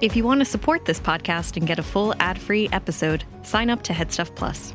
If you want to support this podcast and get a full ad free episode, sign up to Headstuff Plus.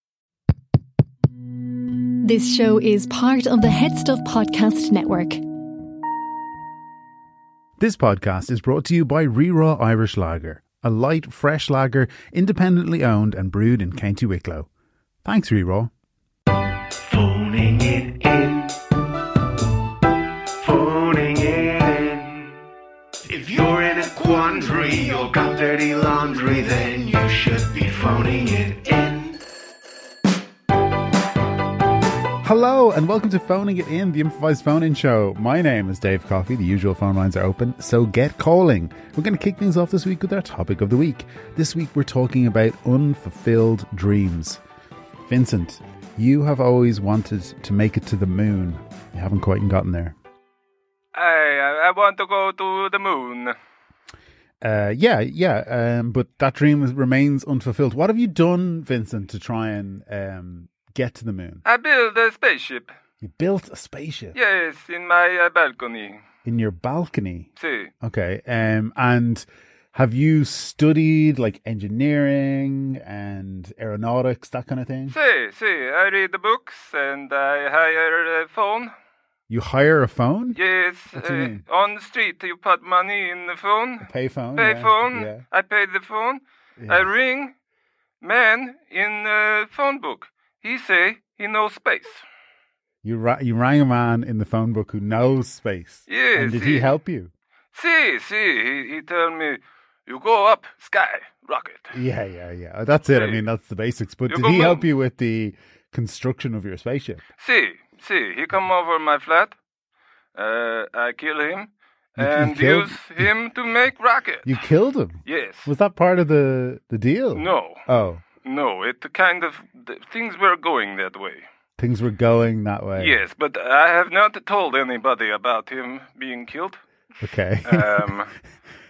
This show is part of the Head Stuff Podcast Network. This podcast is brought to you by Reraw Irish Lager, a light, fresh lager independently owned and brewed in County Wicklow. Thanks, Reraw. Phoning it in. Phoning it in. If you're in a quandary or got dirty laundry, then you should be phoning it in. Hello, and welcome to Phoning It In, the improvised phone in show. My name is Dave Coffey. The usual phone lines are open, so get calling. We're going to kick things off this week with our topic of the week. This week, we're talking about unfulfilled dreams. Vincent, you have always wanted to make it to the moon. You haven't quite gotten there. Hey, I, I want to go to the moon. Uh, yeah, yeah, um, but that dream is- remains unfulfilled. What have you done, Vincent, to try and um, get to the moon? I build a spaceship. You built a spaceship Yes, in my uh, balcony. in your balcony. See, Okay, um, and have you studied like engineering and aeronautics, that kind of thing? see, see. I read the books and I hire a phone. You hire a phone, Yes, uh, What do you mean? on the street you put money in the phone. pay phone, Pay yeah, phone. yeah. I pay the phone. Yeah. I ring. Man in uh, phone book. He say he knows space. You ra- you rang a man in the phone book who knows space. Yes, and did he yes. help you? See, see. He, he tell me, you go up sky rocket. Yeah, yeah, yeah. That's it. I Hey. mean, that's the basics. But You did go he help moon. you with the construction of your spaceship? See, see, he come over my flat. Uh, I kill him You- you and killed- use him to make rocket. You killed him. yes. Was that part of the the deal? No, Oh, no. It kind of the, things were going that way. things were going that way. Yes, but I have not told anybody about him being killed. Okay. Um,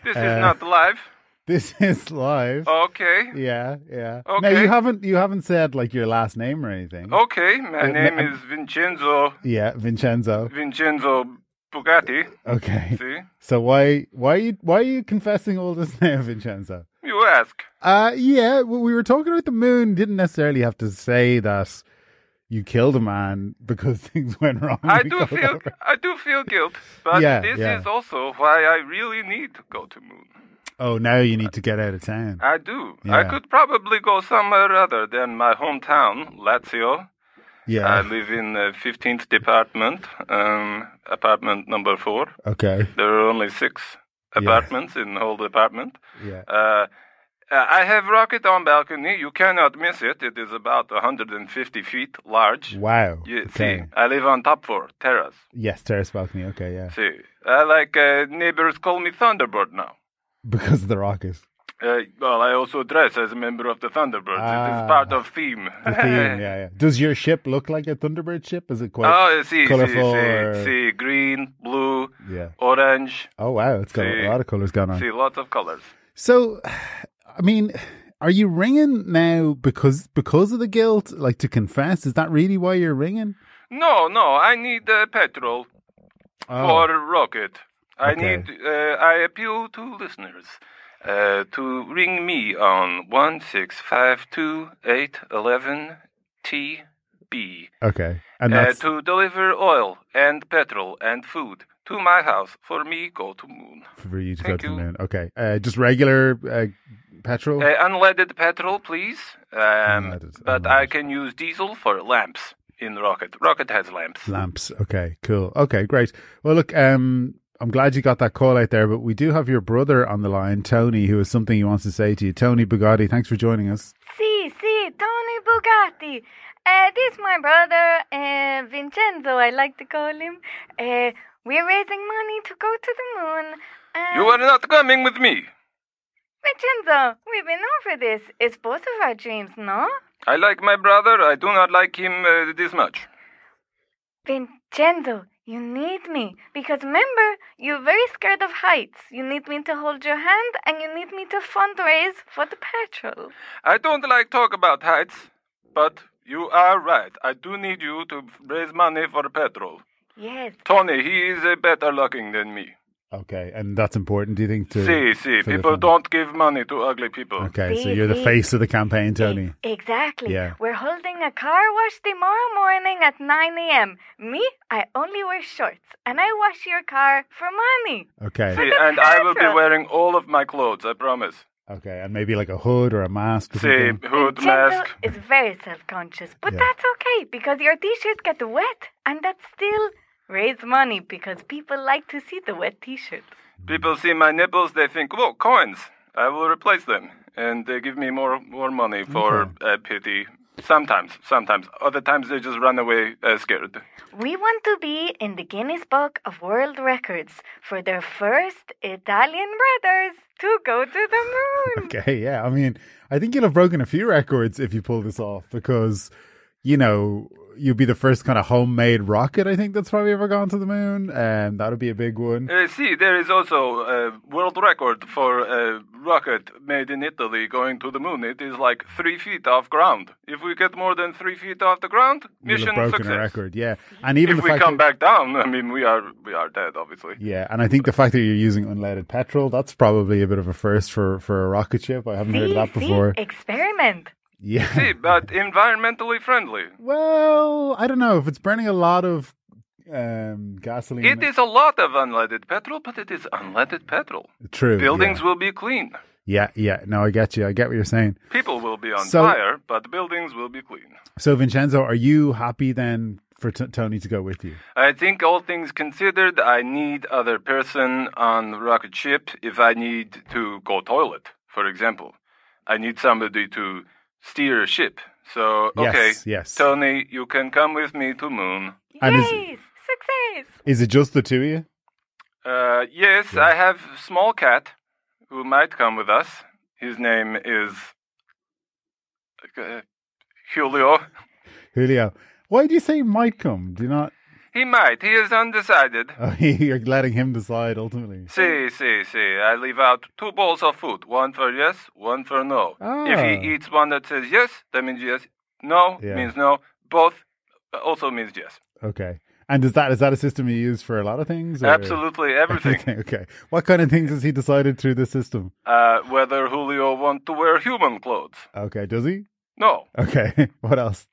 this Uh, is not live. this is live. Okay. Yeah, yeah. Now oh. Okay. Oh. you haven't you haven't said like your last name or anything. Okay. My Uh, name ma- is Vincenzo. Yeah, Vincenzo. Vincenzo Bugatti. Okay. See, So why why are you why are you confessing all this now, Vincenzo? you ask. Uh yeah, well, we were talking about the moon. Didn't necessarily have to say that you killed a man because things went wrong. I We do got feel over. I do feel guilt, but Yeah, this yeah. is also why I really need to go to moon. Oh, now you need to get out of town. I do. I Yeah. could probably go somewhere other than my hometown, Lazio. I Yeah. live in the 15th department, um, apartment number four. Okay. There are only six Yeah. apartments in the whole department. Yeah. Uh, I have rocket on balcony. You cannot miss it. It is about 150 feet large. Wow. You okay. see, I live on top floor, terrace. Yes, terrace balcony. Okay, yeah. See, I like uh, neighbors call me Thunderbird now. Because of the rocket. Uh, well, I also dress as a member of the Thunderbirds. it Ah. is part of theme. The theme, yeah, yeah. Does your ship look like a Thunderbird ship? Is it quite? oh, I see, see, colourful see, or- see, green, blue, yeah. orange. Oh wow, it's got a See. lot of colors going on. See, lots of colors. So, I mean, are you ringing now because because of the guilt, like to confess? Is that really why you're ringing? No, no, I need uh, petrol Oh, for rocket. I Okay. need. Uh, I appeal to listeners. Uh, to ring me on one six five two eight eleven T B okay, and uh, that's to deliver oil and petrol and food to my house for me go to moon. for you to go thank to the you. moon. Okay, uh, just regular uh, petrol. Uh, unleaded petrol, please. Um, Unleaded, but I unleaded. can use diesel for lamps in rocket. Rocket has lamps. lamps. Okay, cool. Okay, great. Well, look, um, I'm glad you got that call out there, but we do have your brother on the line, Tony, who has something he wants to say to you. Tony Bugatti, thanks for joining us. Sì, sì, Tony Bugatti. Uh, this my brother, uh, Vincenzo, I like to call him. Uh, we're raising money to go to the moon. Uh, You are not coming with me. Vincenzo, we've been over this. It's both of our dreams, no? I like my brother. I do not like him uh, this much. Vincenzo, you need me. Because remember, you're very scared of heights. You need me to hold your hand and you need me to fundraise for the petrol. I don't like talk about heights, but you are right. I do need you to raise money for petrol. Yes. Tony, he is uh, better looking than me. Okay, and that's important, do you think? To, see, see, for the people fund- don't give money to ugly people. Okay, so See, you're the see. face of the campaign, Tony. E- exactly. Yeah. We're holding a car wash tomorrow morning at 9 a.m. Me, I only wear shorts and I wash your car for money. Okay, See, and I will be wearing all of my clothes, I promise. okay, and maybe like a hood or a mask or See, something. hood, Vincenzo mask. is very self conscious, but Yeah. that's okay because your t shirts get wet and that still raise money because people like to see the wet t shirt. People see my nipples, they think, whoa, coins. I will replace them. And they give me more more money for uh, pity. Sometimes, sometimes. Other times they just run away uh, scared. We want to be in the Guinness Book of World Records for their first Italian brothers to go to the moon. Okay, yeah. I mean, I think you'll have broken a few records if you pull this off because, you know, you'll be the first kind of homemade rocket, I think, that's probably ever gone to the moon. And that would be a big one. Uh, see, there is also a world record for a rocket made in Italy going to the moon. It is like three feet off ground. If we get more than three feet off the ground, You'll have mission broken success. a record, yeah. And even the If we fact come that, back down, I mean, we are we are dead, obviously. Yeah, and I think the fact that you're using unleaded petrol, that's probably a bit of a first for, for a rocket ship. I haven't heard of that See, see, before. experiment. Yeah. See, but environmentally friendly. Well, I don't know if it's burning a lot of um, gasoline. It is a lot of unleaded petrol, but it is unleaded petrol. true. Buildings Oh, Yeah. will be clean. yeah, yeah. No, I get you. I get what you're saying. People will be on So- fire, but buildings will be clean. So, Vincenzo, are you happy then for t- Tony to go with you? I think all things considered, I need other person on rocket ship if I need to go toilet, for example. I need somebody to steer a ship. So Yes, okay, yes. Tony, you can come with me to moon. And is- yes, success. Is it just the two of you? Uh, yes, I have small cat who might come with us. His name is uh, Julio. Julio, why do you say might come? Do you not? He might. He is undecided. Oh, you're letting him decide ultimately. See, see, see. I leave out two bowls of food. One for yes, one for no. If Ah. he eats one that says yes, that means yes. No Yeah. means no. Both uh, also means yes. Okay. And is that is that a system you use for a lot of things? or- Absolutely everything. Okay, okay. What kind of things has he decided through the system? uh, whether Julio want to wear human clothes. Okay, does he? No. Okay. what else?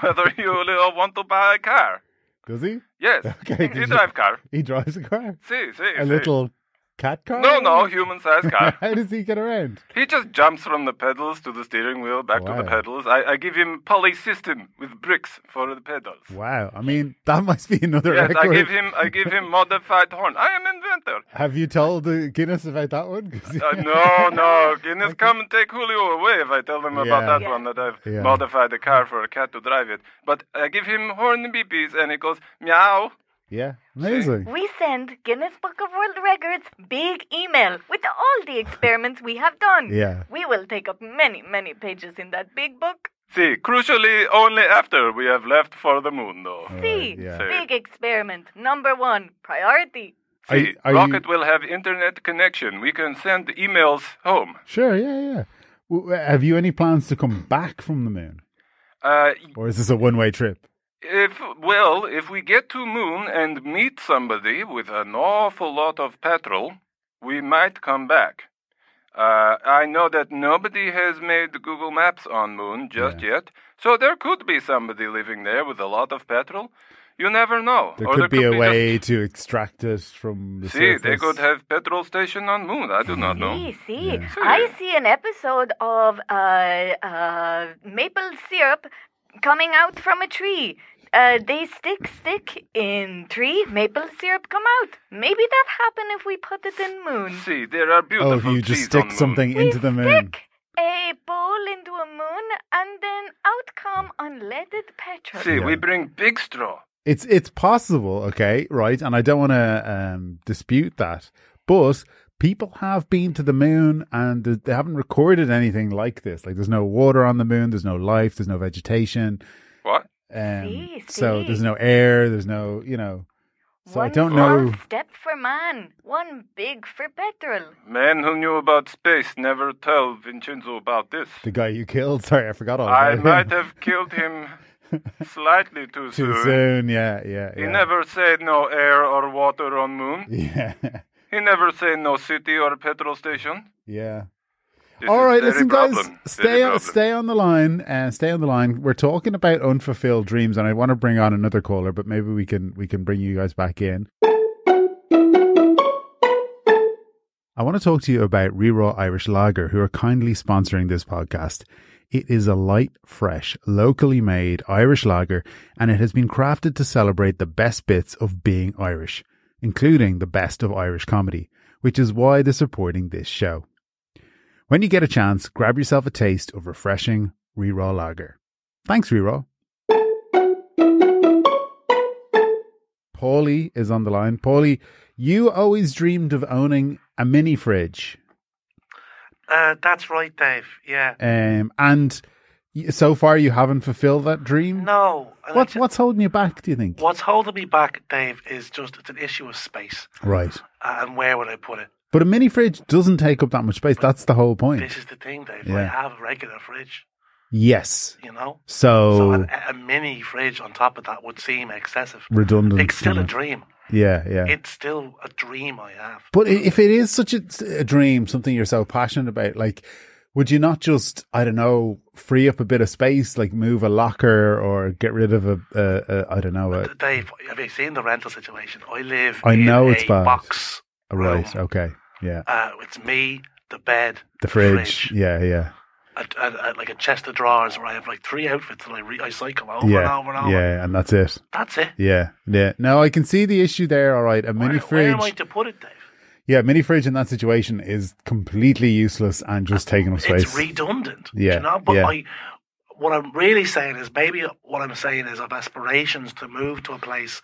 Whether Julio want to buy a car. Does he? Yes. Okay, did He you- drive car. He drives a car, See, see. a little cat car. No, no, human-sized car. How does he get around? He just jumps from the pedals to the steering wheel, back to the Wow. pedals. I, I give him pulley system with bricks for the pedals. Wow. I mean, that must be another Yes, record. I give him. I give him modified horn. I am inventor. Have you told the Guinness about that one? 'Cause- Uh, no, no, Guinness, come and take Julio away if I tell them about Yeah. that Yeah. one that I've Yeah. modified the car for a cat to drive it. But I give him horn beepies, and he goes meow. Yeah. Amazing. We send Guinness Book of World Records big email with all the experiments we have done. Yeah. We will take up many, many pages in that big book. See, crucially, only after we have left for the moon, though. Oh, See, yeah. big experiment number one, priority. Are See, you- are you- Rocket will have internet connection. We can send emails home. Sure. Yeah. Yeah. W- Have you any plans to come back from the moon, Uh, or is this a one-way trip? if well, if we get to moon and meet somebody with an awful lot of petrol, we might come back. Uh, I know that nobody has made Google Maps on moon just yet, so there could be somebody living there with a lot of petrol. You never know. There Or could be a just- way to extract it from the See, they surface. could have petrol station on moon. I do not know. See, see, Yeah. I see an episode of uh, uh, maple syrup coming out from a tree. Uh, they stick, stick in tree, maple syrup come out. Maybe that happen if we put it in moon. See, there are Oh, beautiful if you just trees on stick moon. something into the moon. Stick a bowl into a moon, and then out come unleaded petrol. See, we Yeah. bring big straw. It's it's possible, okay, right? And I don't want to um, dispute that, but people have been to the moon and th- they haven't recorded anything like this. Like, there's no water on the moon, there's no life, there's no vegetation. What? Um, See, so see. there's no air, there's no, you know. So I One don't small know. step for man, one big for petrol. Men who knew about space never tell Vincenzo about this. The guy you killed. Sorry, I forgot all I about might him. have killed him slightly too, Too soon. soon. Yeah, yeah, He yeah. never said no air or water on moon. Yeah, He never said no city or petrol station. yeah. This All is right, very listen, problem. guys. Very Stay on, problem. stay on the line. Uh, stay on the line. We're talking about unfulfilled dreams, and I want to bring on another caller, but maybe we can we can bring you guys back in. I want to talk to you about Reraw Irish Lager, who are kindly sponsoring this podcast. It is a light, fresh, locally made Irish lager, and it has been crafted to celebrate the best bits of being Irish, including the best of Irish comedy, which is why they're supporting this show. When you get a chance, grab yourself a taste of refreshing Reraw Lager. Thanks, Reraw. Paulie is on the line. Paulie, you always dreamed of owning a mini fridge, Uh, that's right, Dave. Yeah. um, and y- so far you haven't fulfilled that dream. No. and What, it's- what's holding you back? Do you think? What's holding me back, Dave, is just it's an issue of space Right, uh, and where would I put it. but a mini fridge doesn't take up that much space. That's the whole point. This is the thing, Dave. I Yeah. have a regular fridge, Yes. you know. So uh, So an, a mini fridge on top of that would seem excessive. redundant. It's still you a know. dream. Yeah, yeah. It's still a dream I have. But i- if it is such a, a dream, something you're so passionate about, like, would you not just, I don't know, free up a bit of space, like move a locker or get rid of a, a, a I don't know, a, Dave, have you seen the rental situation? I live I in know a it's bad. box. a right? room. Okay, yeah, Uh, it's me, the bed, the fridge, yeah, yeah, a- a- a- like a chest of drawers where I have like three outfits that I, re- I cycle over and yeah, over and over. yeah, and that's it. That's it. Yeah, yeah. Now I can see the issue there. All right, a mini where, fridge. Where am I to put it, Dave? yeah, mini fridge in that situation is completely useless and just taking up space. It's redundant. do Yeah, You know? But yeah. I, what I'm really saying is maybe what I'm saying is I've aspirations to move to a place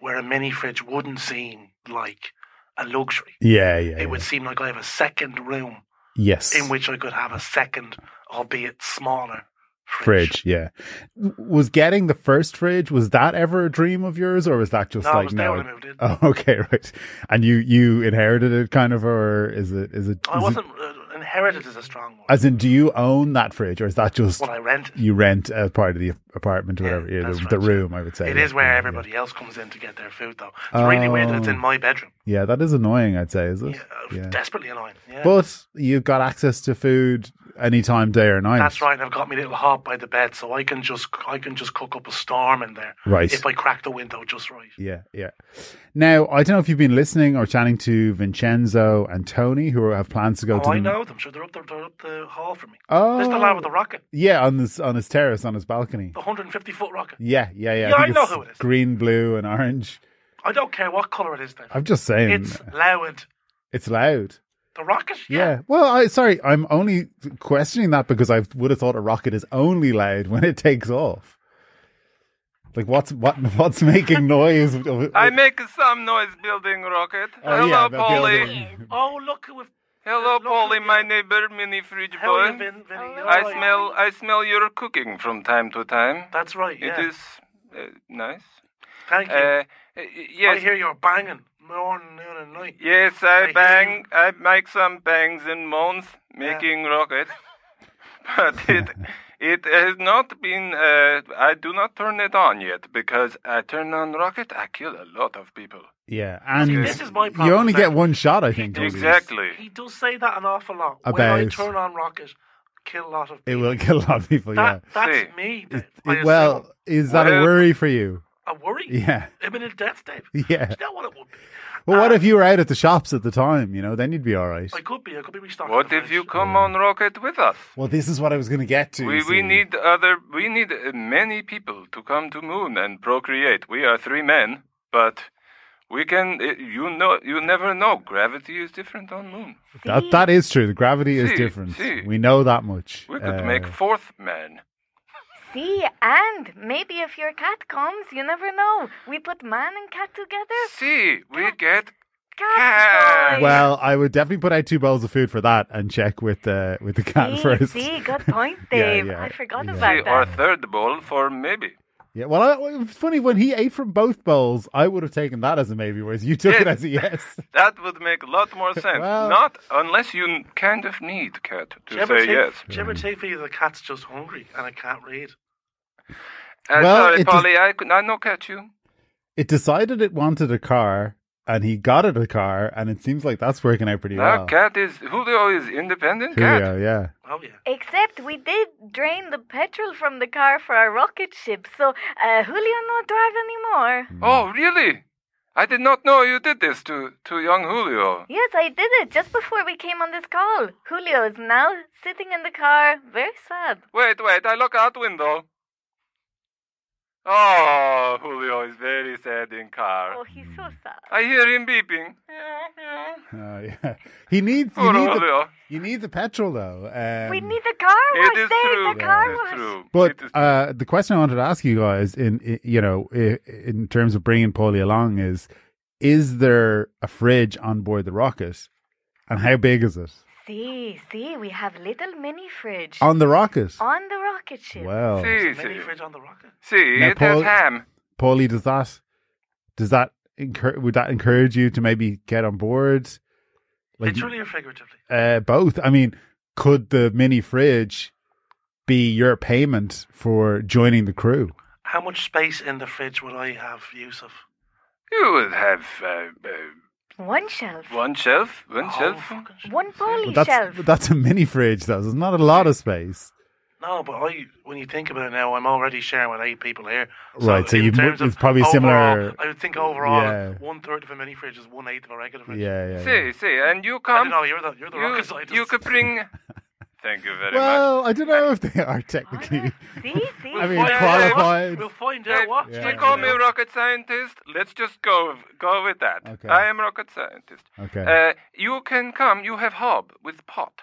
where a mini fridge wouldn't seem like a luxury. yeah, yeah, yeah. It would seem like I have a second room yes. in which I could have a second, albeit smaller, fridge. fridge. Yeah, W- was getting the first fridge was that ever a dream of yours, or was that just No, I like was there no? when I moved in. Oh, okay, right. And you you inherited it, kind of, or is it is it? is I it- wasn't uh, inherited as a strong one. as in, do you own that fridge, or is that just when I rented. you rent as part of the apartment or Yeah, whatever? Yeah, that's the, right, the yeah. room, I would say. It yeah, is where yeah, everybody else comes in to get their food, though. It's really weird that it's in Oh. my bedroom. Yeah. Yeah, that is annoying. I'd say, is it? Yeah, uh, Desperately annoying. Yeah. But you've got access to food anytime, day or night. That's right. I've got my little hob by the bed, so I can just I can just cook up a storm in there. Right. If I crack the window just right. Yeah, yeah. Now, I don't know if you've been listening or chatting to Vincenzo and Tony, who have plans to go to Oh, I the- know them. Sure, they're up, the, they're up the hall from me. Oh, There's the lad with the rocket, Yeah, on this on his terrace, on his balcony. the 150 foot rocket. Yeah, yeah, yeah. Yeah, I think know it's who it is. Green, blue, and orange. I don't care what color it is. Then I'm just saying, it's it's, loud. loud. The rocket. Yeah. Well, I sorry, I'm only questioning that because I would have thought a rocket is only loud when it takes off. Like what's what what's making noise? I make some noise building rocket. Oh, Hello, yeah, the Polly. building. Oh look who we've Hello, Look Polly, who- my neighbor, mini fridge how boy. you been, Vinny? You all I right? smell, I smell your cooking from time to time. That's right. Yeah. It is uh, nice. Thank you. Uh, y- yes, I hear you're banging morning, noon, and night. yes, I I bang, I make some bangs and moans, making rocket. But it, it has not been. Uh, I do not turn it on yet because I turn on rocket, I kill a lot of people. Yeah, and this is my you problem, only like- get one shot, I think. on these. Exactly. He does say that an awful lot. When I About- turn on rocket, kill a lot of. People. It will kill a lot of people. That, yeah. That's See. me. Dave. It- I it- assume. well, is that a Well- worry for you? a worry. Yeah. Imminent death, Dave. Yeah. Is that what it would be? Well, Uh, what if you were out at the shops at the time? You know, then you'd be all right. I could be. I could be restocking. What the if you fridge. come on rocket with us? Well, this is what I was going to get to. We you we see. need other we need uh, many people to come to moon and procreate. We are three men, but We can. i you know. You never know. Gravity is different on Moon. That, that is true. The gravity is See, different. see. We know that much. We could Uh, make fourth man. See, and maybe if your cat comes, you never know. We put man and cat together. See, we get. Cat Cat. boy. Well, I would definitely put out two bowls of food for that and check with the with the cat see, first. see, good point, Yeah, Dave. yeah, I forgot yeah. See, about our that. third bowl for maybe. Yeah, well, I, well, it's funny when he ate from both bowls, I would have taken that as a maybe, whereas you took it Yeah. as a yes. That would make a lot more sense. Well- Not unless you n- kind of need cat Do to you ever say take, yes. do you Mm. ever take for you the cat's just hungry and it can't read? Uh, Well, sorry, it does- Polly, I could I no catch you. It decided it wanted a car, and he got it a car, and it seems like that's working out pretty That well. cat is Julio is independent cat. Julio, yeah. Oh yeah. Except we did drain the petrol from the car for our rocket ship, so uh, Julio not drive anymore. Oh, really? I did not know you did this to, to young Julio. Yes, I did it just before we came on this call. Julio is now sitting in the car, very sad. Wait, wait, I look out window. Oh, Julio is very sad in car. Oh, he's so sad. I hear him beeping. Oh, yeah. He needs you Poor need, the, Julio. you need the petrol though. Um, We need the car wash, It is Dave. true. The car It is wash. true. But It is- uh, the question I wanted to ask you guys, in i- you know, i- in terms of bringing Polly along, is is there a fridge on board the rocket, and how big is it See, see, we have little mini fridge on the rocket? on the rocket ship. Wow, see, Mini see, fridge on the rocket. see Now, it has Paul- ham. Polly, does that does that encour- would that encourage you to maybe get on board? Like, Literally or figuratively. uh, both. I mean, could the mini fridge be your payment for joining the crew? How much space in the fridge would I have, Yusuf? You would have uh, uh, One shelf. one shelf, one Oh, shelf. fucking shit. One poly But that's shelf. that's a mini fridge though. There's not a lot of space. No, but I, when you think about it now, I'm already sharing with eight people here. Right, so in you mo- terms of it's probably similar- I would think overall, Yeah. one third of a mini fridge is one eighth of a regular Yeah, fridge. yeah. yeah. See, see, and you I come. don't know. You're the you're the rocket Um, you, scientist. you could bring. Thank you very much. Well, I don't know if they are technically. Oh, see, see. I mean, Find out qualified. what- We'll find Hey, out what. You Yeah. call me rocket scientist. Let's just go go with that. Okay. I am rocket scientist. Okay. Uh, you can come. You have hob with pot.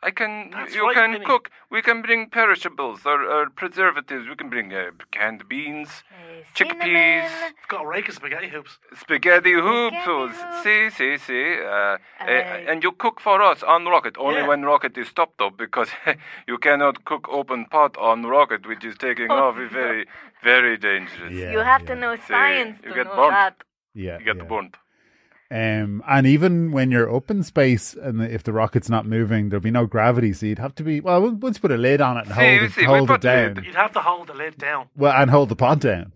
I can. That's you right, can Vinny. cook. We can bring perishables or, or preservatives. We can bring uh, canned beans, chickpeas, cinnamon. It's got a rake of spaghetti hoops. spaghetti hoops. Oh, Spaghetti or- hoops. See, see, see. Uh, uh, Uh, and you cook for us on rocket. Only Yeah. when rocket is stopped, though, because you cannot cook open pot on rocket, which is taking Oh. off. Very, very dangerous. Yeah, you have yeah. to know See, science you to get know bumped. that. Yeah, You get the yeah. bump. Um, and even when you're up in space, and the, if the rocket's not moving, there'll be no gravity, so you'd have to be well. we'll- Once you put a lid on it and See, hold we it, see, we hold it put lid. down. You'd have to hold the lid down Well, and hold the pot down.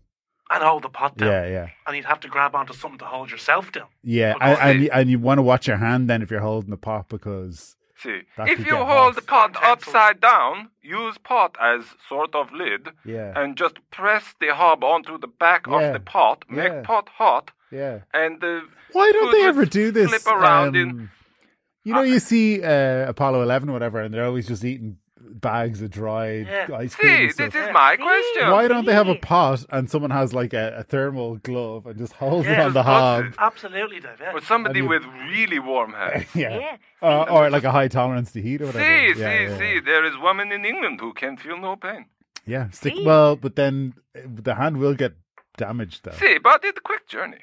and hold the pot down. Yeah, yeah. And you'd have to grab onto something to hold yourself down. Yeah, and Of course and it- you, and you want to watch your hand then if you're holding the pot because See, That if could you get hold the lost. pot Utensils. upside down, use pot as sort of lid, Yeah. and just press the hob onto the back Yeah. of the pot, Yeah. make pot hot, yeah. and the Why don't food they would ever do this? Flip around in. um, you know, you see uh, Apollo Eleven, or whatever, and they're always just eating bags of dried Yeah. ice cream. See, and this stuff. is my See? question. Why don't they have a See? pot and someone has like a, a thermal glove and just holds it Yeah, on the just hob? holds it. Absolutely, Dave. Yeah. Or somebody I mean- with really warm hands. Yeah, Yeah. Uh, or like a high tolerance to heat or see, whatever. see, yeah, yeah, see, yeah. Oh. there is woman in England who can feel no pain. Yeah, stick. See? Well, but then uh, the hand will get damaged though. See, but it's a quick journey.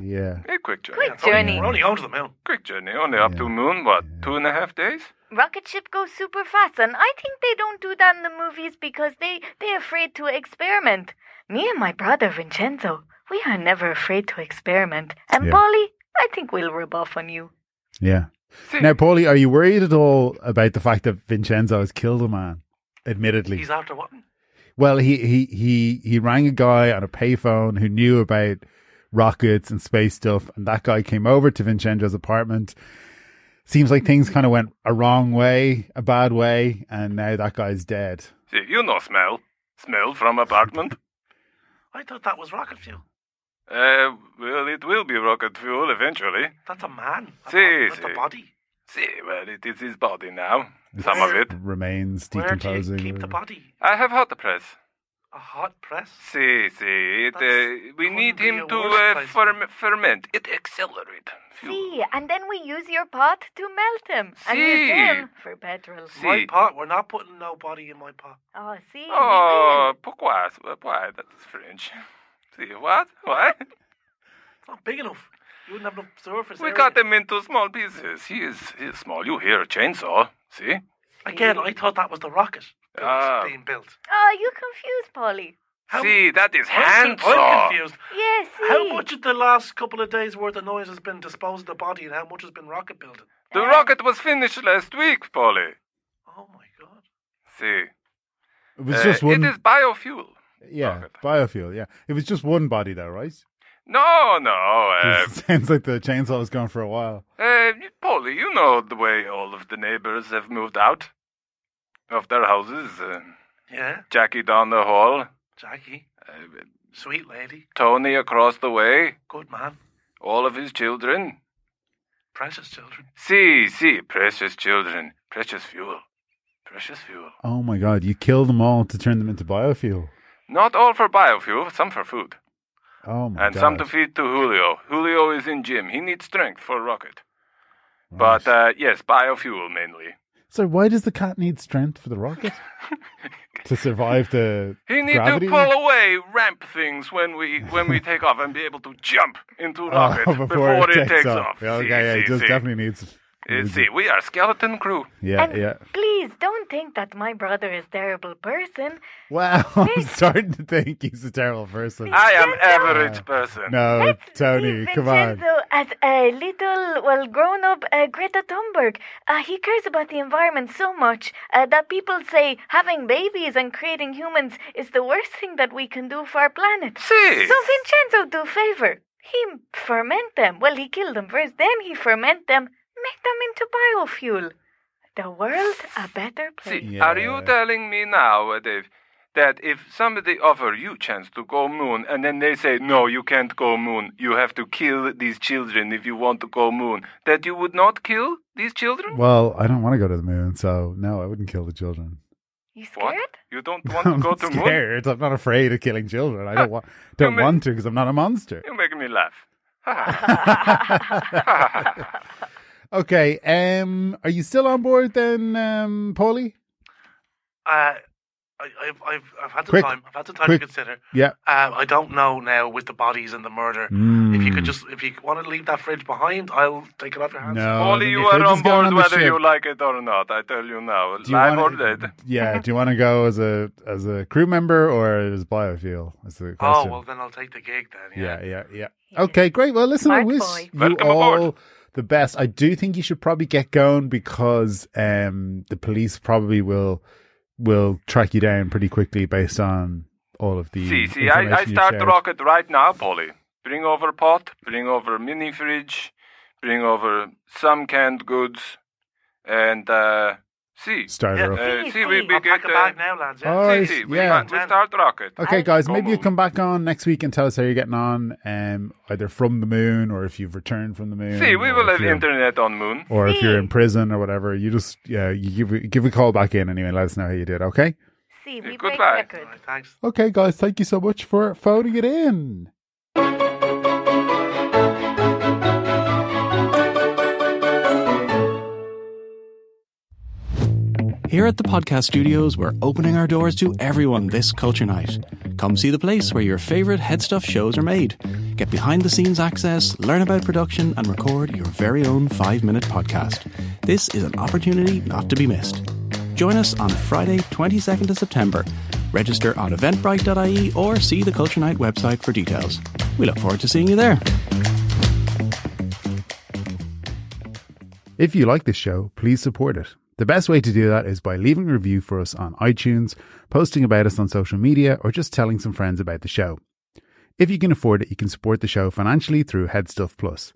Yeah. A quick journey. Quick It's only- journey. We're only going to the moon. Quick journey. Only up to moon, what, two and a half days? Rocket ship goes super fast, and I think they don't do that in the movies because they they're afraid to experiment. Me and my brother Vincenzo, we are never afraid to experiment. And Yeah. Polly, I think we'll rub off on you. Yeah. See, Now, Paulie, are you worried at all about the fact that Vincenzo has killed a man? Admittedly, He's after what? well, he he he he rang a guy on a payphone who knew about rockets and space stuff, and that guy came over to Vincenzo's apartment. Seems like things kind of went a wrong way, a bad way, and now that guy's dead. see, you know smell. Smell from apartment. I thought that was rocket fuel. Uh, well, it will be rocket fuel eventually. That's a man. A See, man with see. a body. See, well, it is his body now. Some of it. remains Where do decomposing. you keep the body? I have hot press. A hot press? See, see, it, That's- uh, we couldn't need be him a to worse uh, place. ferm- ferment. It accelerate. fuel. See, and then we use your pot to melt him and use See. him for petrol. See. My pot. We're not putting nobody in my pot. Oh, see, Oh, pourquoi? Why? That's French. See, what? What? It's not big enough. You wouldn't have enough surface. we area. cut him into small pieces. He is, he is small. You hear a chainsaw. See? Again, I thought that was the rocket built, Ah. being built. oh, you confused, Polly. How- see, that is I'm, hand con- I'm saw. confused. Yes, see. How much of the last couple of days' worth of noise has been disposed of the body, and how much has been rocket building? The Uh, rocket was finished last week, Polly. Oh my god! See? It was Uh, just one. It is biofuel. yeah, rocket. biofuel. Yeah, it was just one body though, right? No, no. Uh, 'Cause it sounds like the chainsaw was gone for a while. uh, Polly, you know the way all of the neighbors have moved out of their houses. Uh, Yeah, Jackie down the hall, Jackie, uh, sweet lady, Tony across the way, good man, all of his children. precious children. See, see, precious children, precious fuel, precious fuel. Oh my god, you killed them all to turn them into biofuel. Not all for biofuel, some for food. Oh my and god. some to feed to Julio. Julio is in gym. He needs strength for rocket. Right. But uh, yes, biofuel mainly. so why does the cat need strength for the rocket to survive the He need gravity? to pull away ramp things when we when we take off and be able to jump into Oh, rocket before, it, takes, off. Yeah, okay, See, yeah, see, it just see. definitely needs. Uh, see, we are skeleton crew. Yeah, and yeah. Please don't think that my brother is a terrible person. Wow, I'm starting to think he's a terrible person. I am average person. no, Let's Oh, Tony, see come on. Vincenzo as a little, well, grown-up uh, Greta Thunberg. Uh, he cares about the environment so much uh, that people say having babies and creating humans is the worst thing that we can do for our planet. See, So Vincenzo, do favor. He ferment them. Well, he killed them first, then he ferment them, make them into biofuel. The world a better see, place. are you Yeah. telling me now, uh, Dave, that if somebody offer you chance to go moon and then they say no, you can't go moon, you have to kill these children if you want to go moon, that you would not kill these children? Well, I don't want to go to the moon, so no, I wouldn't kill the children. You What? scared? You don't want to I'm go to moon? scared. I'm not afraid of killing children. I don't want I don't mean- want to because I'm not a monster. You're making me laugh. okay. Um, are you still on board then, um, Paulie? Uh, I, I've, I've, I've had the Quick, time. I've had the time quick. to consider. Yeah. Um, I don't know now with the bodies and the murder. If Hmm. you could just, if you want to leave that fridge behind, I'll take it off your hands. No. Only you if they're are on just going board on the whether ship, you like it or not. I tell you now, do you live or wanna- dead. Yeah. Do you want to go as a as a crew member or as biofuel? That's the Oh question. well, then I'll take the gig then. yeah, yeah, yeah. Yeah. Okay, great. Well, listen, I Smart wish boy. you Welcome all aboard. the best. I do think you should probably get going because um, the police probably will will track you down pretty quickly based on all of the. See, see, I, I information you start shared. rocket right now, Polly. Bring over pot, bring over mini fridge, bring over some canned goods, and uh, see. Start Yeah. her up. Uh, See, see, see. we I'll begin. pack a bag now, lads. Yeah. All right. See, see, we, yeah. we start rocket. Okay, guys, Go maybe you moon. come back on next week and tell us how you're getting on, um, either from the moon or if you've returned from the moon. See, we or if will have Hmm. you're- internet on moon. Or if you're in See. prison or whatever, you just yeah, you give give a call back in anyway. Let us know how you did. Okay. See, we break goodbye. All records. right, thanks. Okay, guys, thank you so much for phoning it in. Here at the podcast studios, we're opening our doors to everyone this culture night. Come see the place where your favorite head stuff shows are made. Get behind the scenes access, learn about production, and record your very own five minute podcast. This is an opportunity not to be missed. Join us on Friday, 22nd of September. Register on eventbrite.ie E or see the Culture Night website for details. We look forward to seeing you there. If you like this show, please support it. The best way to do that is by leaving a review for us on iTunes, posting about us on social media, or just telling some friends about the show. If you can afford it, you can support the show financially through Headstuff Plus.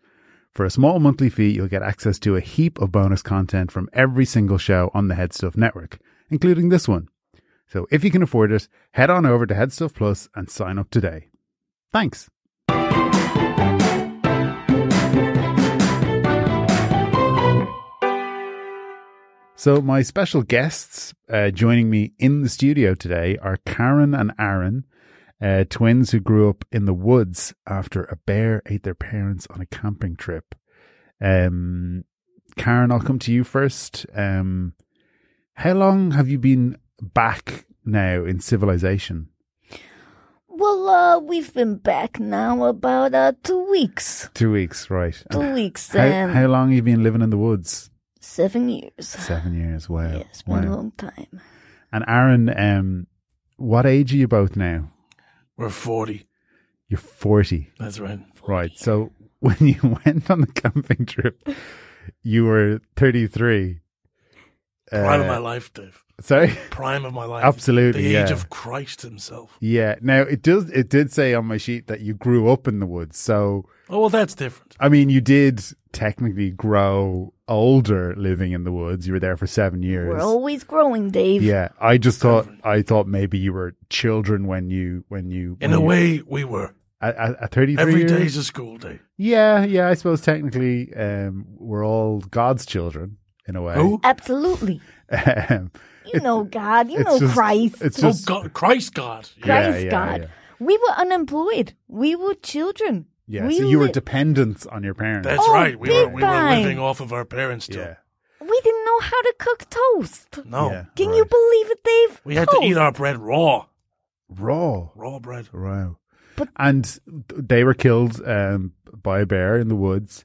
For a small monthly fee, you'll get access to a heap of bonus content from every single show on the Headstuff network, including this one. So if you can afford it, head on over to Headstuff Plus and sign up today. Thanks. So, my special guests uh, joining me in the studio today are Karen and Aaron, uh, twins who grew up in the woods after a bear ate their parents on a camping trip. Um, Karen, I'll come to you first. Um, how long have you been back now in civilization? Well, uh, we've been back now about uh, two weeks. Two weeks, right? Two And weeks, How, and how long have you been living in the woods? seven years. Seven years. Wow. Yeah, it's been a wow. long time. And Aaron, um, what age are you both now? We're 40. You're forty, That's right. right? So when you went on the camping trip, you were thirty-three. Prime Uh, of my life, Dave. Sorry. Prime of my life. Absolutely, The age yeah. of Christ himself. Yeah. Now it does. It did say on my sheet that you grew up in the woods. So Oh, well, that's different. I mean, you did technically grow older living in the woods. You were there for seven years. We're always growing, Dave. Yeah, I just thought I thought maybe you were children when you when you In when a you- way, we were. at, at, at thirty three Every years. day's a school day. yeah, yeah. I suppose technically um, we're all God's children in a way. Who? Absolutely. Um, You know God. You it's know just- Christ. It's Oh, just God, Christ God. Christ yeah, God. yeah. We were unemployed. We were children. yeah. we so you were li- dependent on your parents. That's Oh, right. We were, big we were time. living off of our parents, too. yeah. we didn't know how to cook toast. No. Yeah. Can Right. Oh, you believe it, Dave? We had to Toast. eat our bread raw. Raw. Raw bread. Wow. But- and they were killed um, by a bear in the woods.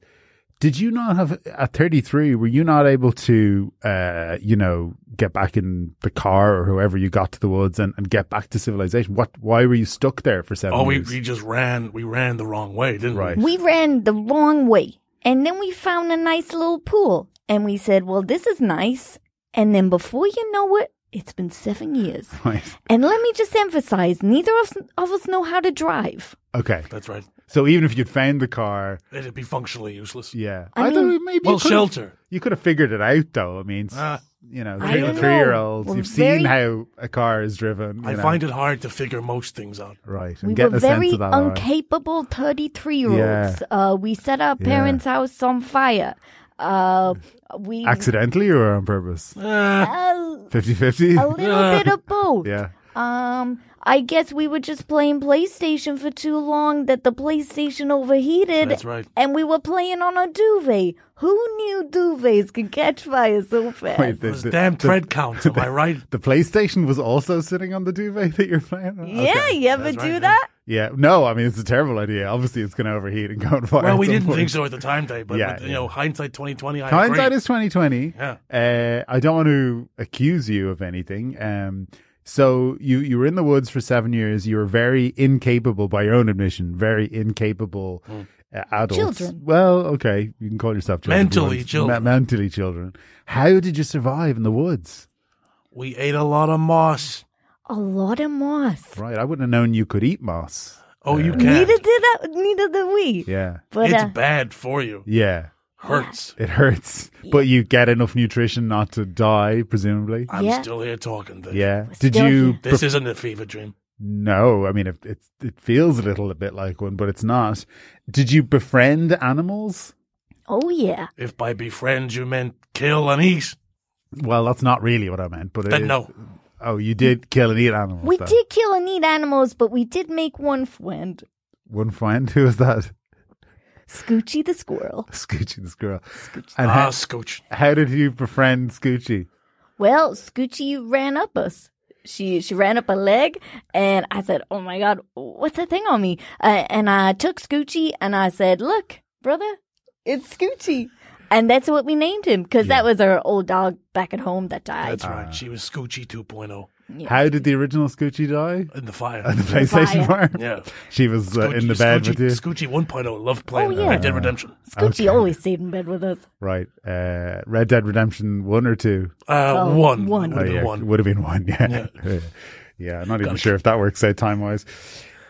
Did you not have at 33? Were you not able to, uh, you know, get back in the car or whoever you got to the woods and, and get back to civilization? What? Why were you stuck there for seven Oh, we, years? we just ran. We ran the wrong way, didn't Right. we? We ran the wrong way. And then we found a nice little pool. And we said, well, this is nice. And then before you know it, it's been seven years. Right. And let me just emphasize neither of, of us know how to drive. Okay. That's right. So even if you'd found the car, It'd be functionally useless. yeah, I thought mean- maybe Well, you could shelter. You could have figured it out, though. I mean, s- Ah, you know, I three don't know. three year olds, We're you've very- seen how a car is driven. I find it hard to figure most things out. right. And We getting were a sense very of that, all right. incapable 33 year olds. Uh, we set our Yeah. parents' house on fire. Uh, we. accidentally or on purpose. Ah, A, a 50-50? little bit of both. Yeah. Um, I guess we were just playing PlayStation for too long that the PlayStation overheated. That's right. And we were playing on a duvet. Who knew duvets could catch fire so fast? Wait, the, those the, damn the- tread counts. Am I right? the PlayStation was also sitting on the duvet that you're playing on? yeah, Okay. you ever That's do right, that? Yeah. No, I mean, it's a terrible idea. Obviously, it's going to overheat and go on fire. Well, at we some didn't point. think so at the time, Dave. But, Yeah, but, you yeah. know, hindsight twenty twenty. I Hindsight agree. is 2020. Yeah. Uh, I don't want to accuse you of anything. Um, so you, you were in the woods for seven years. You were very incapable, by your own admission, very incapable Hmm. uh, adults. Children. Well, okay. You can call yourself children. if you Mentally want. children. Me- mentally children. How did you survive in the woods? we ate a lot of moss. A lot of moss. Right. I wouldn't have known you could eat moss. Uh, Oh, you can't. Neither did I, neither did we. Yeah. But it's uh, bad for you. Yeah. Hurts. It hurts. But you get enough nutrition not to die, presumably. I'm Yeah. still here talking. Dave. Yeah. We're Did still you? here. This isn't a fever dream. No, I mean it, it. It feels a little bit like one, but it's not. Did you befriend animals? oh yeah, If by befriend you meant kill and eat, Well, that's not really what I meant. But it then is- no. Oh, you did kill and eat animals. we then. did kill and eat animals, but we did make one friend, One friend. Who was that? Scoochie the squirrel. Scoochie the squirrel. And Ah, how, scooch. how did you befriend Scoochie? Well, Scoochie ran up us. She she ran up a leg, and I said, "Oh my God, what's that thing on me?" Uh, and I took Scoochie, and I said, "Look, brother, it's Scoochie." And that's what we named him because that was our old dog back at home that died. That's Ah. right. She was Scoochy 2.0 Yeah. How did the original Scoochie die? in the At fire. the PlayStation fire. Yeah. She was uh, in the bed Scoochie, with you. Scoochie 1.0 loved playing Oh, yeah. Red Dead Redemption. Scoochie always stayed in bed with us. Right. Uh, Red Dead Redemption 1 or 2? Uh, Oh, one. one. Would have been one. Would have been one, yeah. Yeah, I'm not even sure if that works out time wise.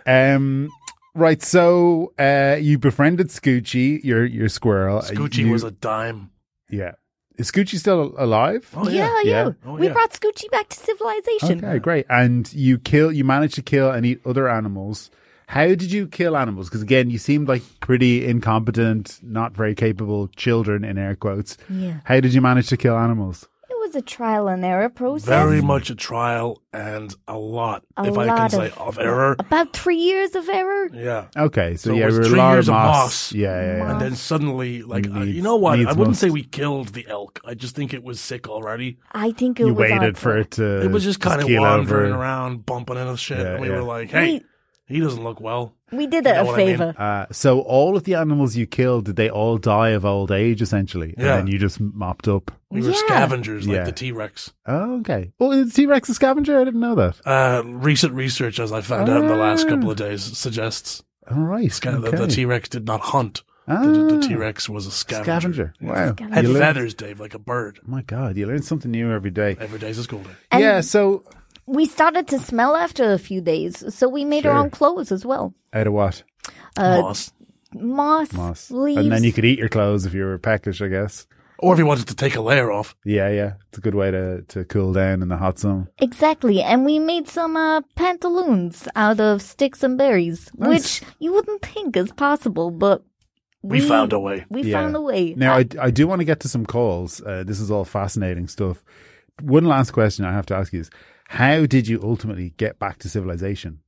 Um, right, so uh, you befriended Scoochie, your your squirrel. Uh, Scoochie You- was a dime. yeah. Is Scoochie still alive? Oh, yeah, yeah. yeah. Oh, we yeah. brought Scoochie back to civilization. Okay, great. And you kill, you managed to kill and eat other animals. How did you kill animals? Because again, you seemed like pretty incompetent, not very capable children in air quotes. Yeah. How did you manage to kill animals? It was was a trial and error process. Very much a trial and a lot, A if lot I can of, say, of error. About three years of error. Yeah. Okay, so, So it yeah, was we were three Lara years of Moss. Moss. Yeah, yeah, yeah. And then suddenly, like, uh, Needs- you know what? I needs wouldn't must. say we killed the elk. I just think it was sick already. I think it you was waited out for it to. it was just kind of keel wandering Uh, over. around, bumping into shit. Yeah, and we yeah. were like, hey, We- he doesn't look well. We did You it know a what I mean? favor. Uh, so all of the animals you killed, did they all die of old age essentially? Yeah. And then you just mopped up. We were Yeah. scavengers like Yeah. the T Rex. Oh, okay. Oh, is T Rex a scavenger? I didn't know that. Uh, recent research, as I found out in the last couple of days, suggests All right. sca- that okay. the T Rex did not hunt. The- Ah. The T Rex was a scavenger. Scavenger. Wow. Had You learn- feathers, Dave, like a bird. My God, you learn something new every day. Every day's a school day. And- yeah, so We started to smell after a few days, so we made our Sure. own clothes as well. out of what? Moss. Moss, Moss. leaves. And then you could eat your clothes if you were peckish, I guess. Or if he wanted to take a layer off. Yeah, yeah. It's a good way to, to cool down in the hot sun. Exactly, and we made some uh, pantaloons out of sticks and berries, Nice. which you wouldn't think is possible, but We found a way. We Yeah. found a way. Now, I, I do want to get to some calls. Uh, this is all fascinating stuff. One last question I have to ask you is how did you ultimately get back to civilization?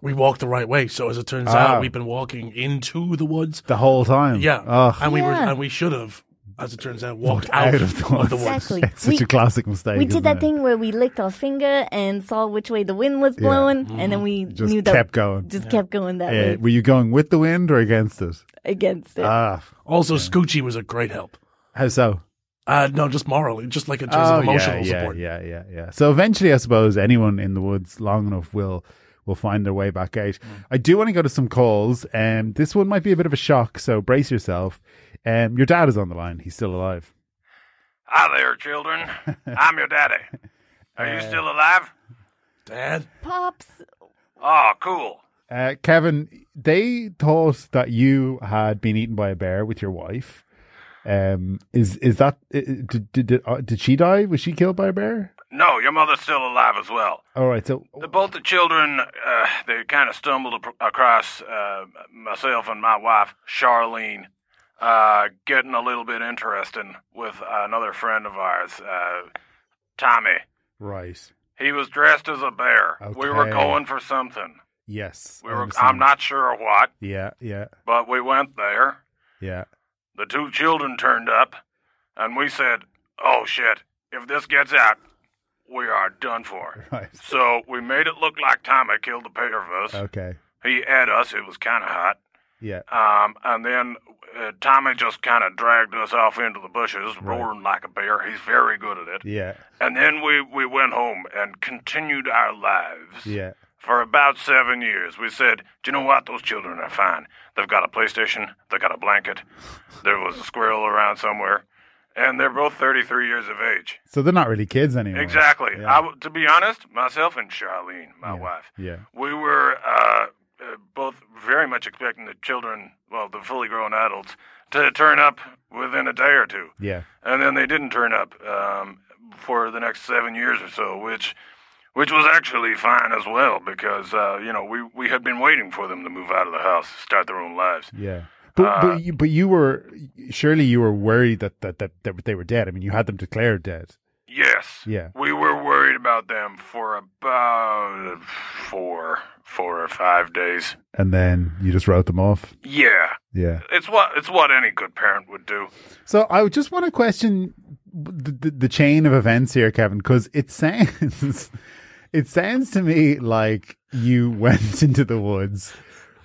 We walked the right way. So as it turns Ah. out, we've been walking into the woods. The whole time? Yeah. Oh, And we were Yeah. and we should have, as it turns out, walked out, of the woods. Exactly. it's such We- a classic mistake. we did isn't that it? thing where we licked our finger and saw which way the wind was Yeah. blowing, and Mm-hmm. then we Just knew that kept going. just kept going that Uh, way were you going with the wind or against it? against it. Ah, Also, Scoochie was a great help. how so? Uh, no, just morally, just like in terms of emotional Oh, yeah, support. Yeah, yeah, yeah. So eventually, I suppose anyone in the woods long enough will will find their way back out. Mm. I do want to go to some calls. Um, this one might be a bit of a shock, so brace yourself. Um, your dad is on the line. He's still alive. Hi there, children. I'm your daddy. Are Uh, you still alive? Dad, Pops, Oh, cool. Uh, Kevin, they thought that you had been eaten by a bear with your wife. Um, is is that i- i- did did did, uh, did she die? Was she killed by a bear? No, your mother's still alive as well. All right, so The, both the children, uh, they kind of stumbled ap- across uh, myself and my wife, Charlene, uh, getting a little bit interesting with another friend of ours, uh, Tommy. right, He was dressed as a bear. We were Okay. going for something. yes, We I were. I'm understand. not sure what, Yeah, yeah, but we went there. yeah. The two children turned up, and we said, "Oh shit! If this gets out, we are done for." Right. So we made it look like Tommy killed the pair of us. Okay. He ate us. It was kind of hot. Yeah. Um, and then uh, Tommy just kind of dragged us off into the bushes, roaring like a bear. He's very good at it. Yeah. And then we, we went home and continued our lives. Yeah. For about seven years, we said, Do you know what? Those children are fine. They've got a PlayStation, they've got a blanket, there was a squirrel around somewhere, and they're both 33 years of age. So they're not really kids anymore. Exactly. Yeah. I w to be honest, myself and Charlene, my wife, yeah. we were uh, uh, both very much expecting the children, well, the fully grown adults, to turn up within a day or two. yeah. And then they didn't turn up um, for the next seven years or so, which which was actually fine as well because uh, you know we we had been waiting for them to move out of the house, start their own lives. Yeah. But but, Uh, you, but you were surely you were worried that, that that that they were dead. I mean, you had them declared dead. Yes. Yeah. We were worried about them for about four four or five days. And then you just wrote them off. Yeah. Yeah. It's what it's what any good parent would do. So I would just want to question the, the, the chain of events here, Kevin, because it sounds it sounds to me like you went into the woods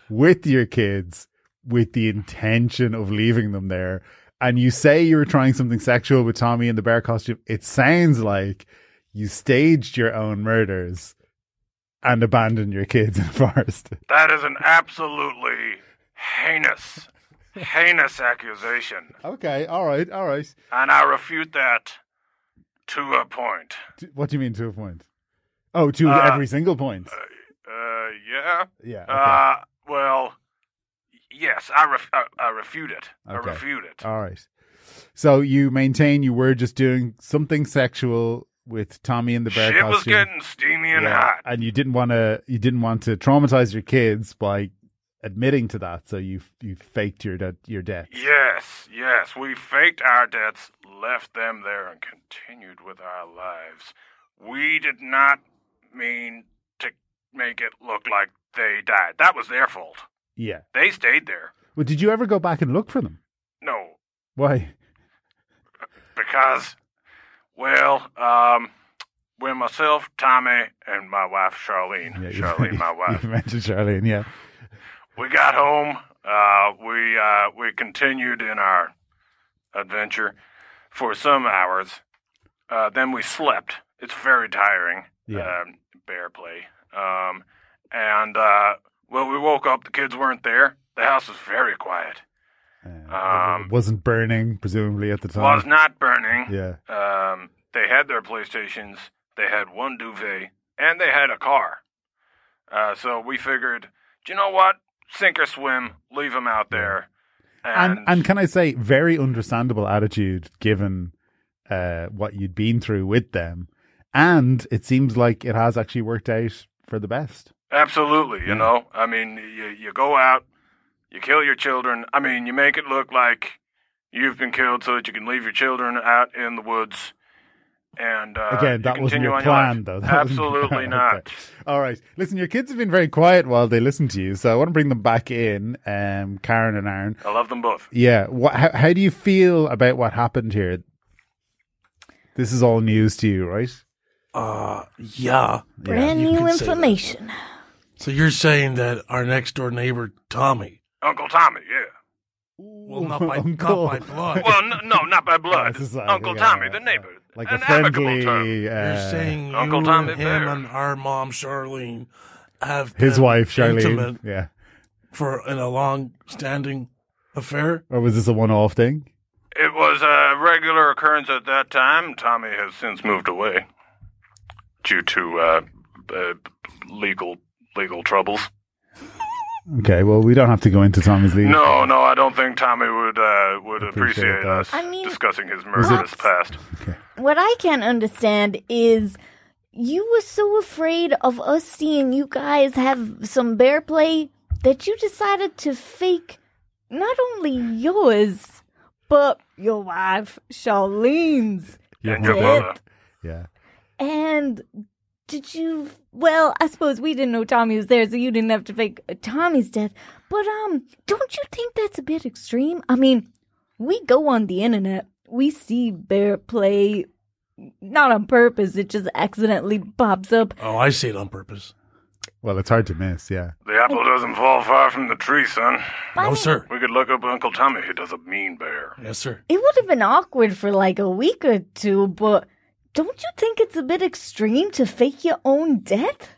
with your kids with the intention of leaving them there, and you say you were trying something sexual with Tommy in the bear costume. It sounds like you staged your own murders and abandoned your kids in a forest. That is an absolutely heinous, heinous accusation, Okay, all right, all right. and I refute that to a point. T- What do you mean to a point? Oh, to Uh, every single point. Uh, yeah. Yeah. Okay. Uh, well, y- yes, I, ref- I, I refute it. I Okay. Uh, refute it. All right. So you maintain you were just doing something sexual with Tommy in the bear Shit costume. was getting steamy and Yeah, hot. and you didn't want to you didn't want to traumatize your kids by admitting to that, so you you faked your de- your death. Yes, yes, we faked our deaths left them there and continued with our lives. We did not mean to make it look like they died. That was their fault. Yeah. They stayed there. Well, did you ever go back and look for them? No, Why? because, well, um, when myself, Tommy, and my wife, Charlene, Yeah, you- Charlene, my wife, You mentioned Charlene, yeah. we got home. Uh, we uh, we continued in our adventure for some hours. Uh, then we slept. It's very tiring. Yeah. Um, bear play. Um, and uh, well, we woke up. The kids weren't there. The house was very quiet. Uh, Um, wasn't burning, presumably, at the time. Was not burning. Yeah. Um, they had their PlayStations, they had one duvet, and they had a car. Uh, so we figured, do you know what? Sink or swim, leave them out there. And, And, and can I say, very understandable attitude given uh, what you'd been through with them. And it seems like it has actually worked out for the best. absolutely, you Yeah. know, I mean, you, you go out, you kill your children. I mean, you make it look like you've been killed so that you can leave your children out in the woods. And uh, Again, you that wasn't continue your on plan, life. though. That wasn't your Absolutely plan. not. Okay. All right. Listen, your kids have been very quiet while they listen to you, so I want to bring them back in, um, Karen and Aaron. I love them both. Yeah. What, how, how do you feel about what happened here? This is all news to you, right? Uh, yeah. Brand You new can say that. information. So you're saying that our next door neighbor, Tommy, Uncle Tommy, yeah. well, not by, not Uncle. by blood. Well, no, no not by Yeah, blood. this is like- Uncle yeah, Tommy, yeah, the yeah. neighbor. Like an a friendly. amicable term. You're uh, saying Uncle you Tommy and him Bear. and our mom Charlene have his been wife, Charlene. intimate Yeah. for in a long-standing affair. Or was this a one off thing? It was a regular occurrence at that time. Tommy has since moved away due to uh, uh, legal legal troubles. Okay, well, we don't have to go into Tommy's legal. No, no, I don't think Tommy would uh, would Appreciate appreciate, that. us I mean, discussing his murderous past. What I can't understand is you were so afraid of us seeing you guys have some bear play that you decided to fake not only yours, but your wife, Charlene's. Yeah. And your Death. mother. Yeah. And did you? Well, I suppose we didn't know Tommy was there, so you didn't have to fake Tommy's death. But um, don't you think that's a bit extreme? I mean, we go on the internet, we see bear play, not on purpose. It just accidentally pops up. Oh, I see it on purpose. Well, it's hard to miss. Yeah. The apple doesn't fall far from the tree, son. I No, mean, sir. We could look up Uncle Tommy. He does a mean bear. Yes, sir. It would have been awkward for like a week or two, but don't you think it's a bit extreme to fake your own death?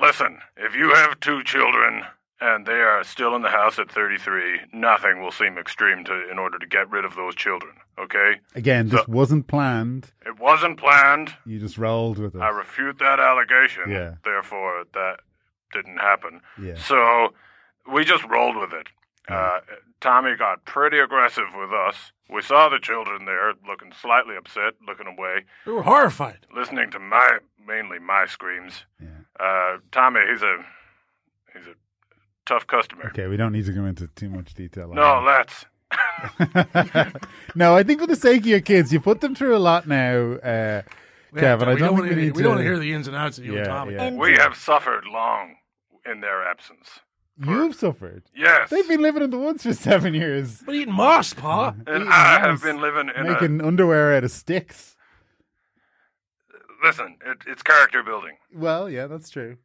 Listen, if you have two children and they are still in the house at 33, nothing will seem extreme to in order to get rid of those children, okay? Again, this So- wasn't planned. It wasn't planned. You just rolled with it. I refute that allegation. Yeah. Therefore, that didn't happen. Yeah. So we just rolled with it. Yeah. Uh, Tommy got pretty aggressive with us. We saw the children there looking slightly upset, looking away, We were horrified. listening to my mainly my screams. Yeah. Uh, Tommy, he's a he's a tough customer. Okay, we don't need to go into too much detail. on No, let's. that. no, I think for the sake of your kids, you put them through a lot now, uh, Kevin. I we don't, want think we to, need we to. don't want to hear the ins and outs of you Yeah, and Tommy. yeah. And- We have suffered long in their absence. You've suffered. Yes. They've been living in the woods for seven years, But eating moss, Pa. and eating I mouse, have been living in a making underwear out of sticks. Listen, it, it's character building. Well, yeah, that's true.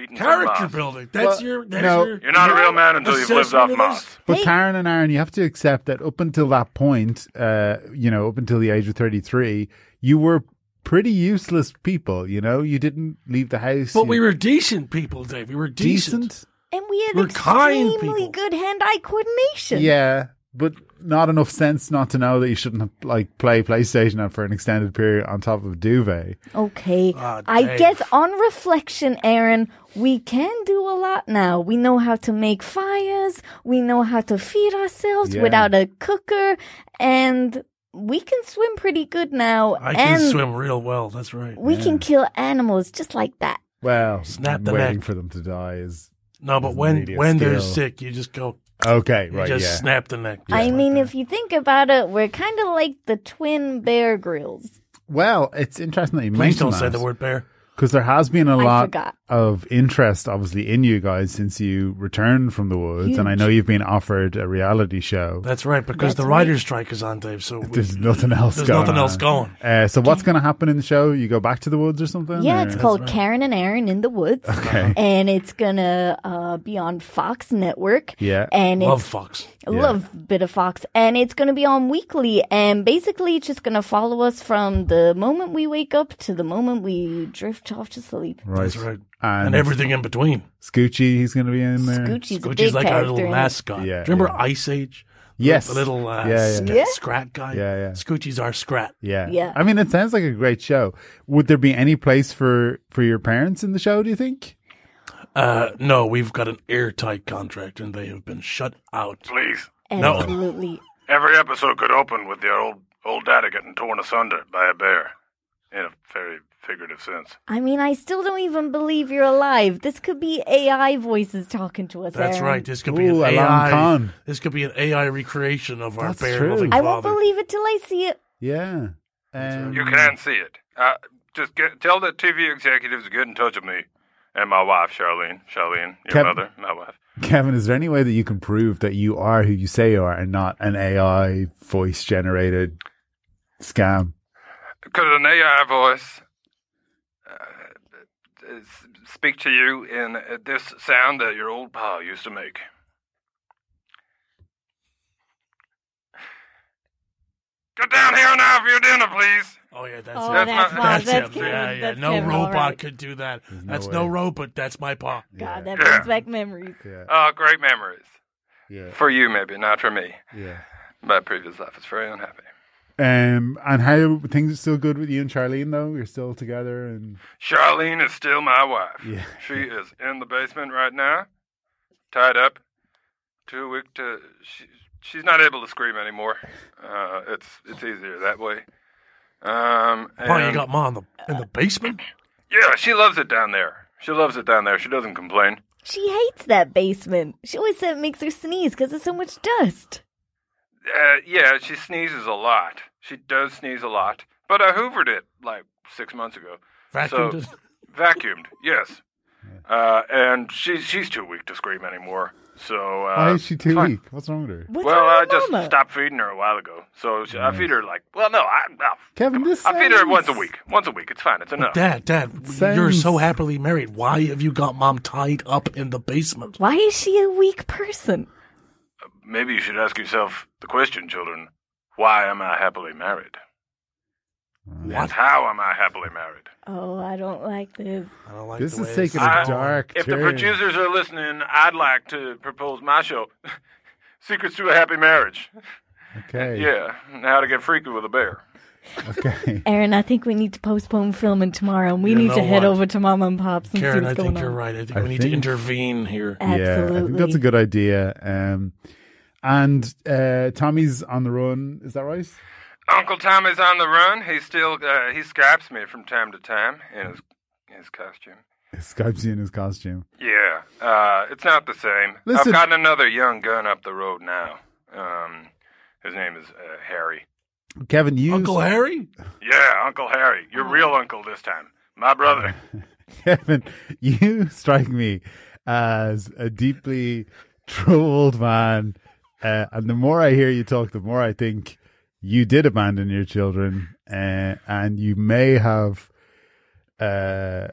Eating some Character moss. building. That's Well, your. That's no. your You're not a real man until you've lived assessment off of this? moss. But Hey. Karen and Aaron, you have to accept that up until that point, uh, you know, up until the age of 33, you were pretty useless people, you know? You didn't leave the house. But you- we were decent people, Dave. We were decent. decent. And we had We're kind extremely people. good hand-eye coordination. Yeah, but not enough sense not to know that you shouldn't like play PlayStation for an extended period on top of duvet. Okay. Ah, I Dave. guess on reflection, Aaron, we can do a lot now. We know how to make fires, we know how to feed ourselves Yeah. without a cooker, and we can swim pretty good now. I and can swim real well. That's right. We can kill animals just like that. Well, Snap the waiting neck. for them to die is No, but Doesn't when really a when they're skill. sick, you just go. Okay, You right, just yeah. snapped the neck. I mean, if you think about it, we're kind of like the twin Bear Grylls. well, it's interesting that you Please mentioned don't say the word bear. because there has been a I lot forgot. of interest, obviously, in you guys since you returned from the woods, and I know you've been offered a reality show. That's right, because the writer's strike is on, Dave. So we- There's nothing else. There's going nothing on. else going. Uh, so what's going to happen in the show? You go back to the woods or something? Yeah, or- it's called Karen and Aaron in the Woods. Okay. And it's gonna uh, be on Fox Network. Yeah. and Love it's, Fox. I love bit of Fox, and it's gonna be on weekly, and basically it's just gonna follow us from the moment we wake up to the moment we drift off to sleep. Right. That's right. And, And, everything in between, Scoochie, he's going to be in there. Scoochie's a which big is Mm, like our character. little in it. mascot. Yeah, Do you remember yeah. Ice Age? Yes. The little uh, Yeah, yeah. sc- Yeah. Scrat guy. Yeah, yeah. Scoochie's our Scrat. Yeah. Yeah. I mean, it sounds like a great show. Would there be any place for for your parents in the show? Do you think? Uh, no, we've got an airtight contract, and they have been shut out. Please. No. Absolutely. Every episode could open with their old old daddy getting torn asunder by a bear, in a very figurative sense. I mean, I still don't even believe you're alive. This could be AI voices talking to us. That's Aaron. right. This could Ooh, be a an long AI. con. This could be an AI recreation of our That's bear true. loving I father. won't believe it till I see it. Yeah. Um, You can see it. Uh, just get, tell the TV executives to get in touch with me and my wife, Charlene. Charlene, your Kevin- mother, my wife. Kevin, is there any way that you can prove that you are who you say you are and not an AI voice generated scam? Could an AI voice uh, uh, s- speak to you in uh, this sound that your old pa used to make? Get down here now for your dinner, please. Oh yeah, that's Oh, it. that's not- wild. That's, That's him. Kevin. Yeah, yeah. That's no Kevin, all robot right. could do that. no that's no way. robot. That's my paw. God, yeah. that brings back memories. Yeah. Oh, great memories. Yeah. For you, maybe, not for me. Yeah. My previous life is very unhappy. Um, and how things are still good with you and Charlene though? You're still together and Charlene is still my wife. Yeah. She is in the basement right now, tied up, too weak to. She, she's not able to scream anymore. Uh, it's it's easier that way. Um, Oh, you and- got ma in the in the basement. Yeah, she loves it down there. She loves it down there. She doesn't complain. She hates that basement. She always said it makes her sneeze because there's so much dust. Uh, yeah, she sneezes a lot. She does sneeze a lot. But I hoovered it like six months ago. Vacuumed So- it. Vacuumed, yes. Uh, and she, she's too weak to scream anymore. So uh, why is she too fine. weak? What's wrong with her? What's well, wrong I with just Mama? stopped feeding her a while ago, so she, I feed her like. Well, no, I, I, Kevin, this I feed her sounds- once a week. Once a week, it's fine. It's enough. Dad, Dad, you're sounds- so happily married. Why have you got mom tied up in the basement? Why is she a weak person? Uh, Maybe you should ask yourself the question, children: Why am I happily married? And What? how am I happily married? Oh, I don't like this. I don't like This the is way taking a I- dark If turn. the producers are listening, I'd like to propose my show, "Secrets to a Happy Marriage." Okay. Yeah, and how to get freaky with a bear. Okay. Aaron, I think we need to postpone filming tomorrow, and we You need to know head what? over to Mama and Pops and Karen, see I what's think going on. you're right. I think I we need think- to intervene here. Absolutely. Yeah, I think that's a good idea. Um, and uh, Tommy's on the run. Is that right? Uncle Tom is on the run. He still uh, he skypes me from time to time in his his costume. He Skypes you in his costume. Yeah, uh, it's not the same. Listen- I've got another young gun up the road now. Um, his name is uh, Harry. Kevin, you Uncle Harry? Yeah, Uncle Harry, your Oh. real uncle this time. My brother. Kevin, you strike me as a deeply troubled man. Uh, and the more I hear you talk, the more I think you did abandon your children, uh, and you may have, uh,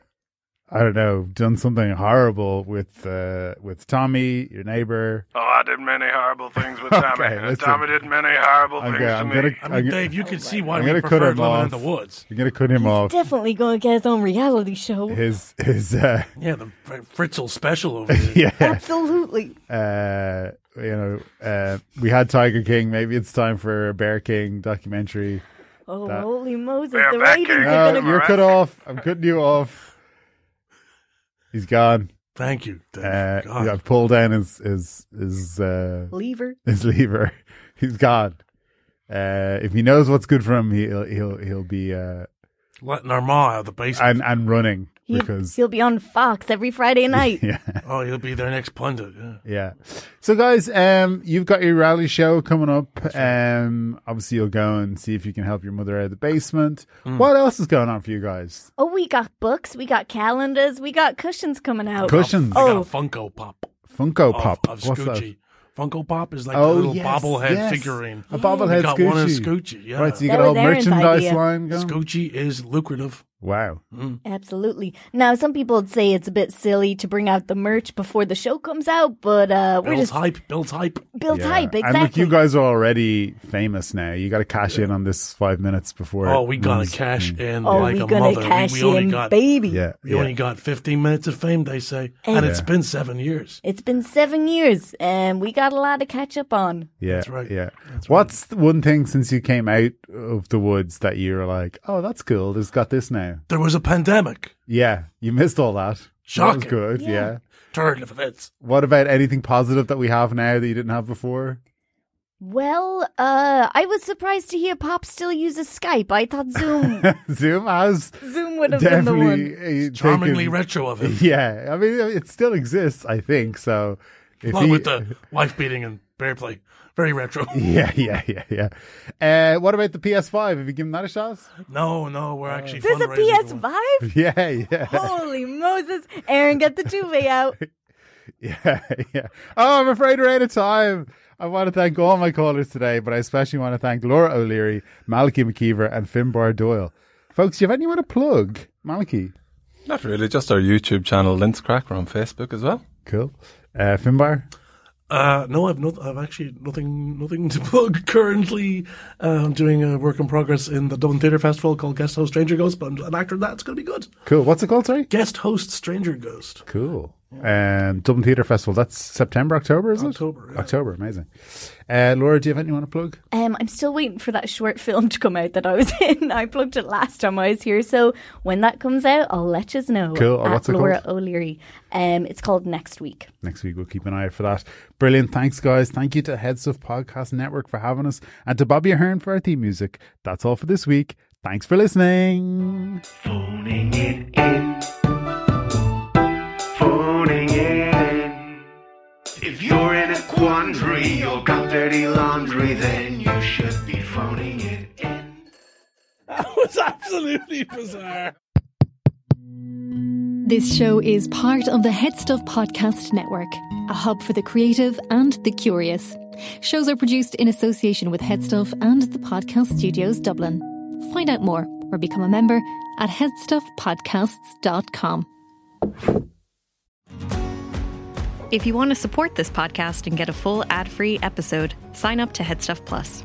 I don't know, done something horrible with uh, with Tommy, your neighbor. Oh, I did many horrible things with Tommy. Okay, and listen. Tommy did many horrible I'm things gonna- to I'm me. gonna- I mean, I'm- Dave, you can see why I'm we gonna cut preferred him living off. in the woods. You're gonna cut him off. Definitely going to get his own reality show. His his uh, Yeah, the Fr- Fritzl special over here. yeah. Absolutely. Uh, you know, uh, we had Tiger King. Maybe it's time for a Bear King documentary. Oh, That- Uh, holy Moses. Yeah, the back ratings here. are No, going to you're cut off. I'm cutting you off. He's gone. Thank you, Dave. Uh, Oh, God. I've pulled down his his his uh, lever. his lever. He's gone. Uh, if he knows what's good for him, he'll he'll he'll be uh, Letting our ma out of the basement. and and running. He, because he'll be on Fox every Friday night. yeah, Oh, he'll be their next pundit. Yeah. yeah. So guys, um, you've got your rally show coming up. Um, obviously you'll go and see if you can help your mother out of the basement. Mm. What else is going on for you guys? Oh, we got books, we got calendars, we got cushions coming out. Cushions, I got Oh. a Funko Pop Funko of, Pop. of What's that? Scoochie. Funko Pop is like Oh, the little yes, bobblehead yes. figurine. A bobblehead We got one of Scoochie. Scoochie. Yeah. Right, so you That got a whole was Aaron's merchandise idea. line going. Scoochie is lucrative. Wow. Absolutely. Now, some people would say it's a bit silly to bring out the merch before the show comes out, but uh, we're Builds just hype. Builds hype. built Yeah. hype. Exactly. And look, you guys are already famous now. You got to cash in on this five minutes before. Oh, it we gotta runs. Mm. cash in oh, like we're a gonna mother. We- cash we, only in, got baby. Yeah. we yeah. only got 15 minutes of fame. They say, And- and, it's been seven years. It's been seven years, and we got a lot to catch up on. Yeah, That's right. Yeah. That's right. What's the one thing since you came out of the woods that you're like, oh, that's cool. There's got this now. There was a pandemic. Yeah, you missed all that. That Shocking. was good. Yeah. Turn of events. What about anything positive that we have now that you didn't have before? Well, uh, I was surprised to hear Pop still uses Skype. I thought Zoom Zoom has Zoom would have been the one. definitely uh, Charmingly taken- retro of him, Yeah, I mean it still exists, I think. So, if along he- with the wife beating and bear play. Very retro. yeah, yeah, yeah, yeah. Uh, what about the PS5? Have you given that a shot? No, no, we're actually There's a fundraising for one. PS5? Yeah, yeah. Holy Moses. Aaron, get the duvet out. Yeah, yeah. Oh, I'm afraid we're out of time. I want to thank all my callers today, but I especially want to thank Laura O'Leary, Malachy McKeever, and Finbar Doyle. Folks, do you have anyone to plug? Malachy. Not really, just our YouTube channel, Linz Cracker, on Facebook as well. Cool. Uh, Finbar? Uh, no, I've not. I've actually nothing, nothing to plug. Currently, uh, I'm doing a work in progress in the Dublin Theatre Festival called Guest Host Stranger Ghost, but I'm an actor in that. It's going to be good. Cool. What's it called, sorry? Guest Host Stranger Ghost. Cool. Um, Dublin Theatre Festival. That's September, October, is October, it? yeah. October. Amazing. Uh, Laura, do you have anyone to plug? Um, I'm still waiting for that short film to come out that I was in. I plugged it last time I was here. So when that comes out, I'll let you know. Cool. Oh, At what's it Laura called? O'Leary. Um, it's called Next Week. next week we'll keep an eye out for that brilliant thanks guys thank you to head stuff podcast network for having us and to bobby ahern for our theme music that's all for this week thanks for listening Phoning it in. Phoning it in. If you're in a quandary or got dirty laundry, then you should be phoning it in. That was absolutely bizarre. This show is part of the Head Stuff Podcast Network, a hub for the creative and the curious. Shows are produced in association with Headstuff and the Podcast Studios Dublin. Find out more or become a member at headstuffpodcasts.com. If you want to support this podcast and get a full ad free episode, sign up to Headstuff Plus.